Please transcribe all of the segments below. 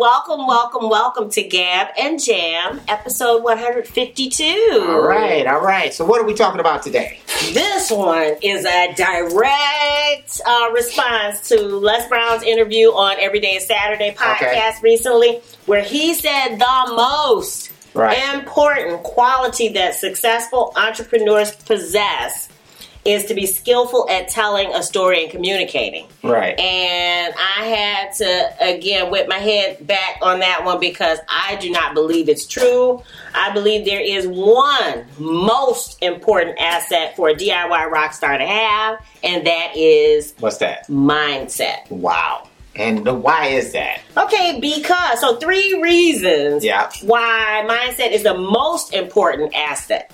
welcome, welcome to Gab and Jam, episode 152. All right, all right. So, what are we talking about today? This one is a direct uh, response to Les Brown's interview on Every Day is Saturday podcast recently, where he said the most Right. important quality that successful entrepreneurs possess is to be skillful at telling a story and communicating. Right. And I had to again whip my head back on that one because I do not believe it's true. I believe there is one most important asset for a DIY rock star to have, and that is What's that? mindset. Wow. And the, why is that? Okay, because so three reasons Yeah. why mindset is the most important asset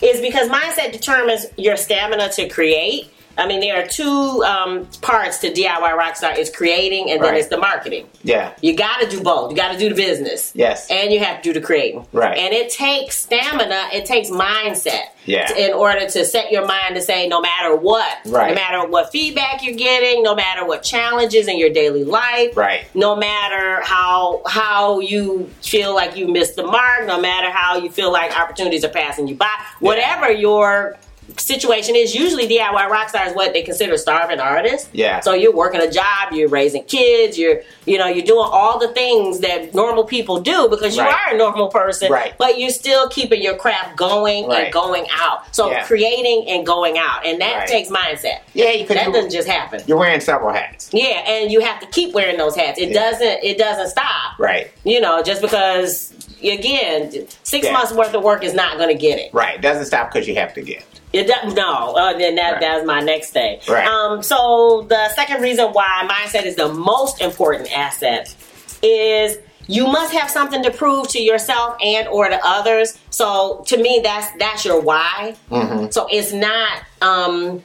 is because mindset determines your stamina to create. I mean, there are two um, parts to DIY Rockstar: is creating, and then Right. it's the marketing. Yeah. You got to do both. You got to do the business. Yes. And you have to do the creating. Right. And it takes stamina, it takes mindset. Yeah. t- In order to set your mind to say no matter what, Right. no matter what feedback you're getting, no matter what challenges in your daily life, Right. no matter how how you feel like you missed the mark, no matter how you feel like opportunities are passing you by, whatever your situation is, usually DIY rockstar is what they consider starving artists. Yeah. So you're working a job, you're raising kids, you're you know you're doing all the things that normal people do because you Right. are a normal person, Right. but you're still keeping your craft going Right. and going out. So Yeah. creating and going out, and that Right. takes mindset. Yeah, you could. That You, doesn't just happen. you're wearing several hats. Yeah, and you have to keep wearing those hats. It Yeah. doesn't. It doesn't stop. Right. You know, just because again, six Yeah. months worth of work is not going to get it. Right. Doesn't stop because you have to give. It does, no, uh, then that Right. that's my next thing. Right. Um, so the second reason why mindset is the most important asset is you must have something to prove to yourself and or to others. So to me, that's that's your why. Mm-hmm. So it's not. Um,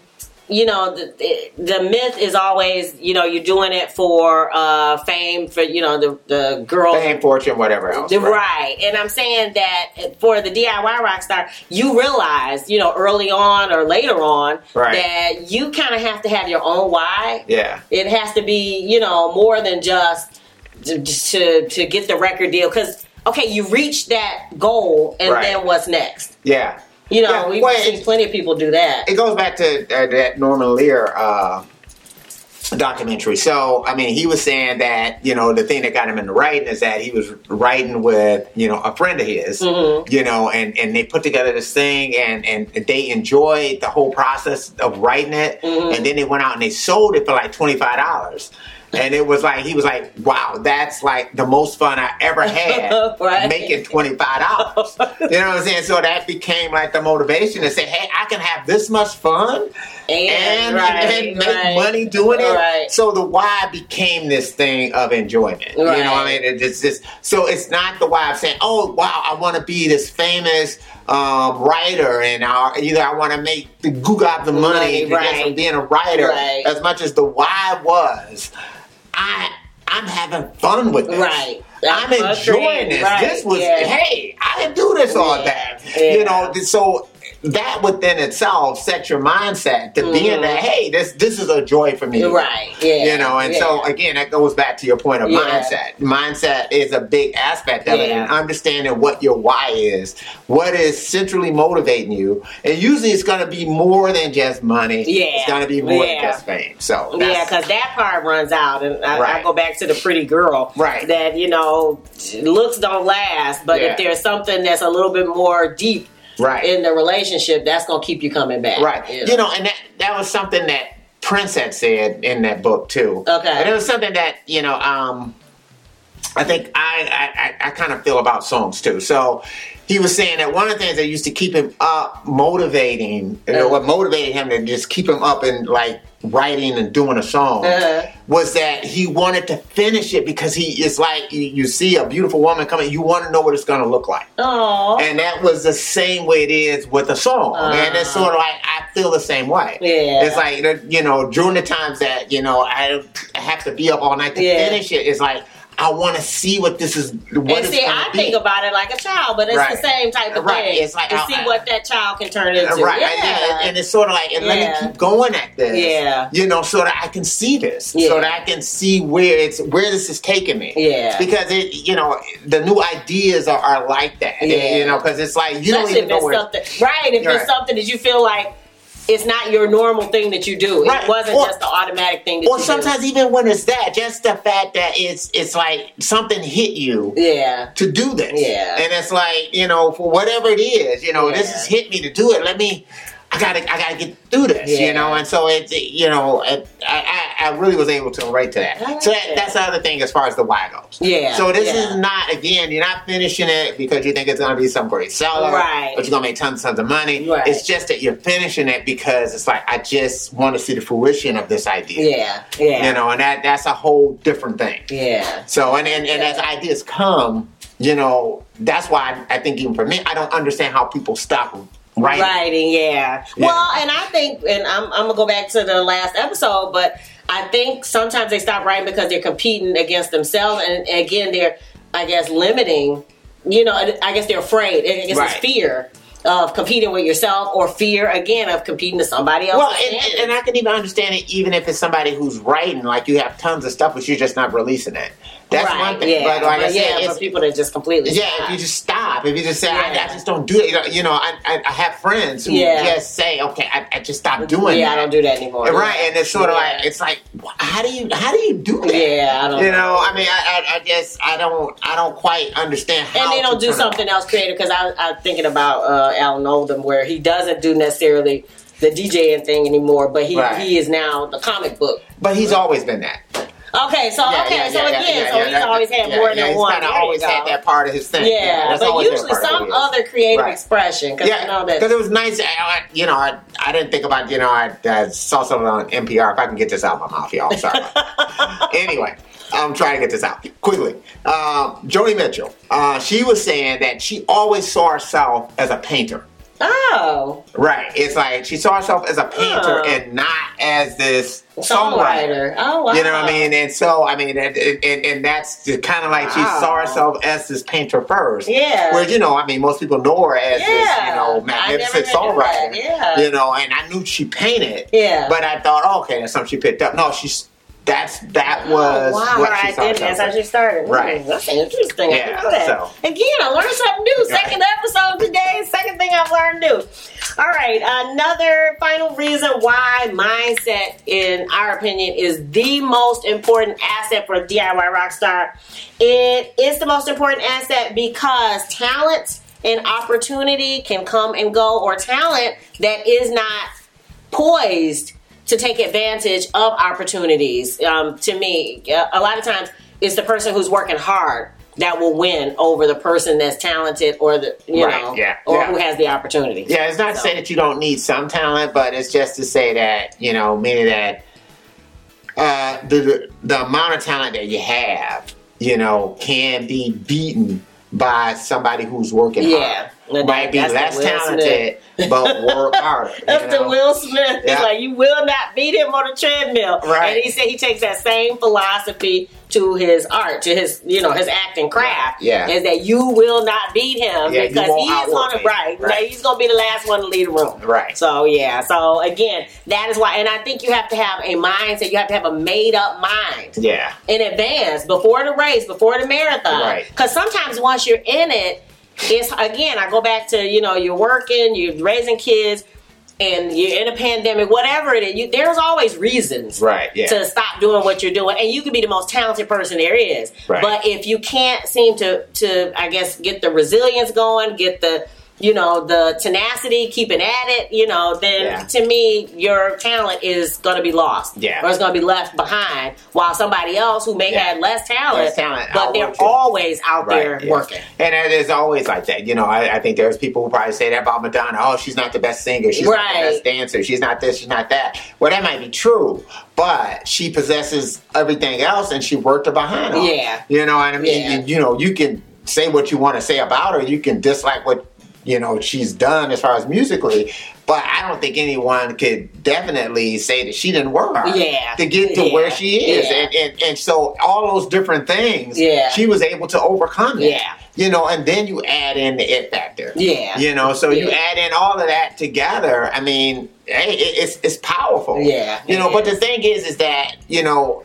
you know the, the the myth is always you know you're doing it for uh fame for you know the the girls Fame, fortune, whatever else. the- Oh. Right. And I'm saying that for the DIY rock star, you realize, you know, early on or later on, Right. that you kind of have to have your own why. Yeah. It has to be, you know, more than just to to, to get the record deal. Because okay, you reach that goal, and Right. then what's next? Yeah. You know, Yeah, we've well, seen it- plenty of people do that. It goes back to uh, that Norman Lear uh, documentary. So, I mean, he was saying that, you know, the thing that got him into writing is that he was writing with, you know, a friend of his, you know, and, and they put together this thing and, and they enjoyed the whole process of writing it. And then they went out and they sold it for like $25. And it was like, he was like, wow, that's like the most fun I ever had Right. making $25. you know what I'm saying? So that became like the motivation to say, hey, I can have this much fun and, right, and make right. money doing it. Right. So the why became this thing of enjoyment. You know what I Right. mean? It- It's just so it's not the why of saying, "Oh wow, I want to be this famous um, writer," and I, either I want to make the goo out the money, Money, to get right. from being a writer. Right. As much as the why was, I I'm having fun with this. Right. I'm Agreed. enjoying this. Right, This was yeah. hey, I didn't do this all Yeah, day. You yeah. know, th- so that within itself sets your mindset to being that hey, this this is a joy for me. Mm-hmm. Right. Yeah. You know, and so yeah. again, that goes back to your point of Yeah. mindset. Mindset is a big aspect of it, Yeah. and understanding what your why is, what is centrally motivating you, and usually it's going to be more than just money. Yeah. it's going to be more than Yeah. just fame. So Yeah, that's- because that part runs out, and I, Right. I go back to the pretty girl. Right. That you know, looks don't last, but Yeah. if there's something that's a little bit more deep right. in the relationship, that's gonna keep you coming back. Right. Yeah. You know, and that that was something that Prince had said in that book too. Okay. And it was something that, you know, um I think I I, I, I kind of feel about songs too. So he was saying that one of the things that used to keep him up motivating, you Uh-huh. know, what motivated him to just keep him up and like writing and doing a song Uh-huh. was that he wanted to finish it because he it's like you, you see a beautiful woman coming, you want to know what it's gonna look like. Aw. And that was the same way it is with the song. and it's sort of like, I feel the same way. Uh-huh. Yeah. It's like, you know, during the times that, you know, I have to be up all night to Yeah. finish it, it's like, I want to see what this is. and What it's see, gonna I be. think about it like a child, but it's Right. the same type of Right. thing. It's like, to I- see I- what that child can turn into. Right, Yeah. I- and, and it's sort of like, and let Yeah. me keep going at this, Yeah. You know, so that I can see this, Yeah. so that I can see where it's where this is taking me, Yeah. Because it, you know, the new ideas are, are like that, Yeah. You know, because it's like Especially you don't even if know it's where. something, right? If it's Right. something that you feel like it's not your normal thing that you do. It Right. wasn't Or- just the automatic thing that Or you sometimes e even when it's that, just the fact that it's it's like something hit you. do. Yeah. to do this. Yeah. And it's like, you know, for whatever it is, you know, this Yeah. has hit me to do it. Let me, I gotta, I gotta get through this, Yeah. you know? And so it's, you know, it, I, I, I really was able to relate to that. I like so that, it. that's the other thing as far as the why goes. Yeah. So this yeah. is not, again, you're not finishing it because you think it's gonna be some great seller. Right. But you're gonna make tons and tons of money. Right. It's just that you're finishing it because it's like, I just wanna see the fruition of this idea. Yeah. Yeah. You know, and that, that's a whole different thing. Yeah. So and and, and as Yeah. ideas come, you know, that's why I, I think even for me, I don't understand how people stop writing. Writing, yeah. Yeah. Well, and I think, and I'm, I'm gonna go back to the last episode, but I think sometimes they stop writing because they're competing against themselves, and, and again, they're, I guess, limiting. You know, I guess they're afraid. I guess it's Right. fear of competing with yourself, or fear again of competing to somebody else. Well, and, and, and I can even understand it, even if it's somebody who's writing, like you have tons of stuff, but you're just not releasing it. That's right, one thing. Yeah, but like I But said, yeah, it's- for people that just completely yeah, stop. if you just stop, if you just say, Yeah. I, I just don't do it, you know, you know I, I, I have friends who Yeah. just say, okay, I, I just stopped doing yeah, that. I don't do that anymore. Right, Yeah. and it's sort of Yeah. like, it's like, wh- how do you, how do you do that? yeah, I don't. You know, I mean, I, I, I guess I don't, I don't quite understand how. and they don't to do turn it off. something else creative because I I'm thinking about uh, Alan Oldham where he doesn't do necessarily the DJing thing anymore, but he Right. he is now the comic book. But he's always been that. Okay, so Yeah, okay, yeah, so yeah, yeah, again, yeah, so yeah, he's that- always had yeah, more yeah, than he's one. kinda There you always go. had that part of his thing. Yeah, that's but always been a usually part of some it. other creative Right. expression because I know Yeah, that. because it was nice. I, I- you know, I, I didn't think about. You know, I, I saw something on NPR. If I can get this out of my mouth, y'all. I'm sorry. anyway, I'm trying to get this out quickly. Uh, Joni Mitchell. Uh, she was saying that she always saw herself as a painter. Oh, Right. It's like she saw herself as a Huh. painter and not as this songwriter. songwriter. Oh, wow. You know what I mean? And so, I mean, and, and, and that's kind of like she Wow. saw herself as this painter first. Yeah. Where, you know, I mean, most people know her as this, Yeah. you know, I never magnificent knew that. songwriter. Yeah. You know, and I knew she painted. Yeah. But I thought, oh, okay, that's something she picked up. No, she's, that's, that was oh, wow. what she I saw did herself that's how as. she started. Right. Mm, that's interesting. I didn't Yeah, know that. so- Again, I learned something new. Right. Second episode today, second thing I've learned new. All right, another final reason why mindset, in our opinion, is the most important asset for a DIY rockstar. It is the most important asset because talent and opportunity can come and go, or talent that is not poised to take advantage of opportunities. Um, to me, a a lot of times it's the person who's working hard that will win over the person that's talented or the you Right, know yeah, or yeah. who has the opportunity. Yeah, it's not to say that you don't need some talent, but it's just to say that you know, meaning that uh, the, the the amount of talent that you have, you know, can be beaten by somebody who's working Yeah. hard. Might be That's the less Will talented, but work harder. you Up to know? Will Smith. It's Yeah. like you will not beat him on a treadmill. Right. And he said he takes that same philosophy to his art, to his you know, his acting craft. Yeah. Is that you will not beat him Yeah, you because won't he is outwork on a me. right. Right. Like, he's gonna be the last one to leave the room. Right. So yeah. So again, that is why and I think you have to have a mindset, you have to have a made up mind Yeah. in advance before the race, before the marathon. Right. Because sometimes once you're in it, it's again, I go back to, you know, you're working, you're raising kids, and you're in a pandemic, whatever it is, you, there's always reasons Right. Yeah. to stop doing what you're doing. And you can be the most talented person there is. Right. But if you can't seem to to I guess get the resilience going, get the you know, the tenacity, keeping at it, you know, then Yeah. to me your talent is gonna be lost. Yeah. Or it's gonna be left behind while somebody else who may Yeah. have less talent, Less talent but they're outworks you. always out Right, there yeah. working. And it is always like that. You know, I, I think there's people who probably say that about Madonna. Oh, she's not the best singer. She's not Right. the best dancer. She's not this. She's not that. Well, that might be true, but she possesses everything else, and she worked her behind off. Yeah. You know what I mean? Yeah. And, you know, you can say what you want to say about her. You can dislike what you know she's done as far as musically, But I don't think anyone could definitely say that she didn't work hard Yeah. to get to Yeah. where she is. Yeah. And, and and so all those different things, Yeah. she was able to overcome it. Yeah. You know, and then you add in the it factor. Yeah. You know, so you Yeah. add in all of that together. I mean, hey, it, it's it's powerful. Yeah, You know, it but is. the thing is, is that you know,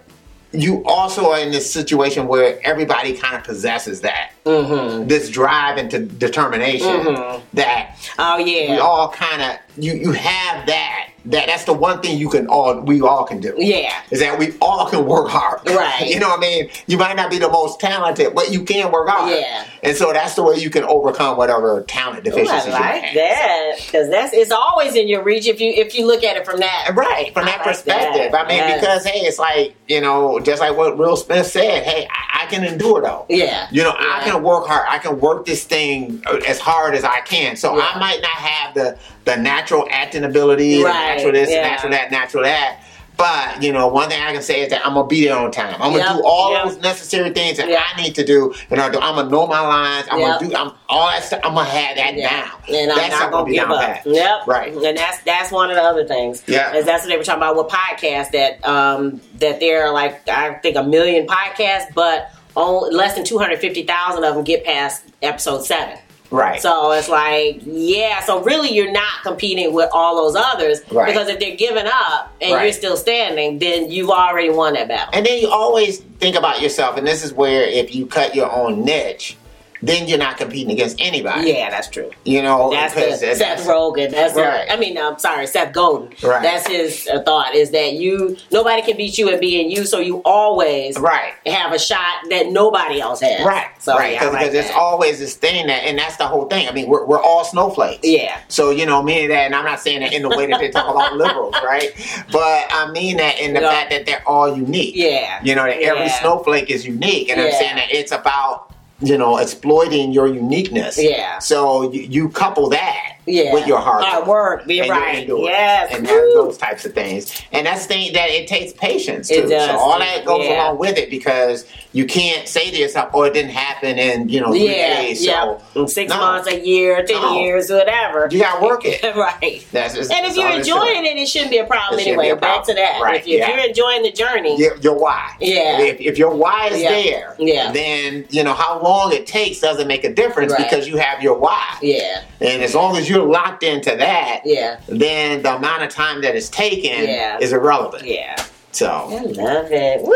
you also are in this situation where everybody kind of possesses that Mm-hmm. this drive and to determination Mhm. that Oh yeah. we all kind of you you have that that that's the one thing you can all we all can do yeah. is that we all can work hard Right. you know what i mean you might not be the most talented but you can work hard Yeah. and so that's the way you can overcome whatever talent Ooh, I deficiencies you like have. that because that's it's always in your reach if you if you look at it from that Right, from I that like perspective. that. I mean, Yes. because hey, it's like, you know, just like what Will Smith said, hey, I, I can endure though. Yeah. You know, I Yeah. can work hard. I can work this thing uh, as hard as I can. So Yeah. I might not have the the natural acting ability, Right, the natural this, yeah. natural that, natural that. But you know, one thing I can say is that I'm gonna be there on time. I'm gonna Yep, do all yep. those necessary things that Yep. I need to do. You know, I'm gonna know my lines. I'm Yep. gonna do. I'm all that stuff. I'm gonna have that Yeah. down. And I'm that's not gonna be give down up. pat. Yep. Right. And that's that's one of the other things. Yeah. Is that's what they were talking about with podcasts that um that there are like I think a million podcasts, but only less than two hundred fifty thousand of them get past episode seven. Right. So it's like, yeah. So really, you're not competing with all those others Right. because if they're giving up and you're Right. still standing, then you've already won that battle. And then you always think about yourself, and this is where if you cut your own niche, then you're not competing against anybody. yeah, that's true. You know, That's the, because Seth that's- Rogen. That's the- Right. I mean, I'm sorry, Seth Godin. Right. That's his uh, thought is that you nobody can beat you at being you, so you always right. have a shot that nobody else has. Right, So right, yeah, I because like there's that. always this thing that, and that's the whole thing. I mean, we're, we're all snowflakes. yeah. So you know, meaning that, and I'm not saying that in the way that they talk about liberals, right? But I mean that in the Yeah. fact that they're all unique. Yeah. You know, that every Yeah. snowflake is unique, and I'm Yeah. saying that it's about you know exploiting your uniqueness. Yeah. So you, you couple that Yeah. with your hard Hard work, be and your right. endurance Yes. and Woo. that, those types of things. And that's the thing that it takes patience too. It does, so all that goes yeah. along with it because you can't say to yourself, "Oh, it didn't happen in you know three yeah, days." yeah. So Six no. months, a year, ten No. years, whatever. you got to work it. right. That's just, And if you're enjoying it, it shouldn't be a problem It shouldn't be anyway. a Back to problem. that. Right, If, you, yeah. if you're enjoying the journey, your, your why. Yeah. If, if your why is Yeah. there, Yeah. then you know how long it takes doesn't make a difference Right. because you have your why. yeah, And as long as you're locked into that, yeah, then the amount of time that is taken Yeah. is irrelevant. yeah. So. I love it. Woo!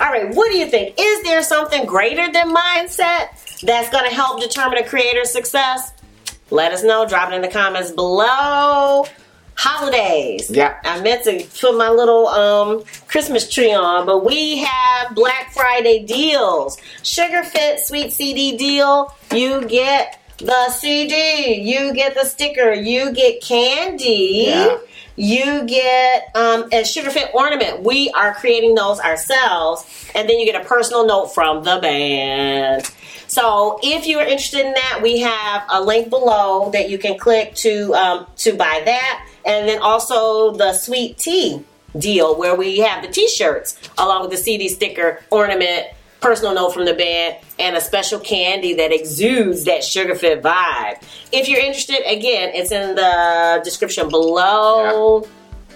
All right, what do you think? Is there something greater than mindset that's going to help determine a creator's success? Let us know. Drop it in the comments below. Holidays. Yeah. I meant to put my little um Christmas tree on, but we have Black Friday deals. Sugar Fit Sweet CD deal. You get the CD, you get the sticker, you get candy. Yeah. You get um, a sugar fit ornament. We are creating those ourselves, and then you get a personal note from the band. So, if you are interested in that, we have a link below that you can click to um, to buy that, and then also the sweet tea deal where we have the T-shirts along with the CD sticker ornament. Personal note from the band and a special candy that exudes that sugar fit vibe. If you're interested, again, it's in the description below.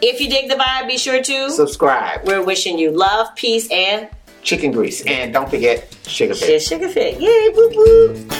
If you dig the vibe, be sure to. Subscribe, We're wishing you love, peace, and chicken grease, and don't forget sugar fish. sugar fit. Yay, boop boop.